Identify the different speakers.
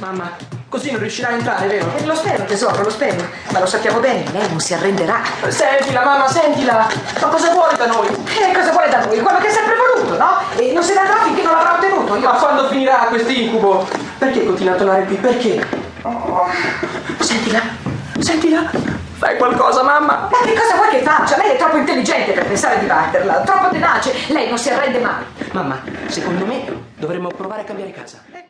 Speaker 1: Mamma, così non riuscirà a entrare, vero?
Speaker 2: Eh, lo spero, tesoro, lo spero. Ma lo sappiamo bene, lei non si arrenderà.
Speaker 1: Sentila, mamma, sentila! Ma cosa vuole da noi?
Speaker 2: Eh, cosa vuole da noi? Quello che ha sempre voluto, no? E non se ne andrà finché non l'avrà ottenuto. Io...
Speaker 1: Ma quando finirà questo incubo? Perché continua a tornare qui? Perché?
Speaker 2: Sentila,
Speaker 1: Sentila! Fai qualcosa, mamma!
Speaker 2: ma che cosa vuoi che faccia? Lei è troppo intelligente per pensare di batterla, troppo tenace. Lei non si arrende mai.
Speaker 1: Mamma, secondo me dovremmo provare a cambiare casa.
Speaker 2: Ecco.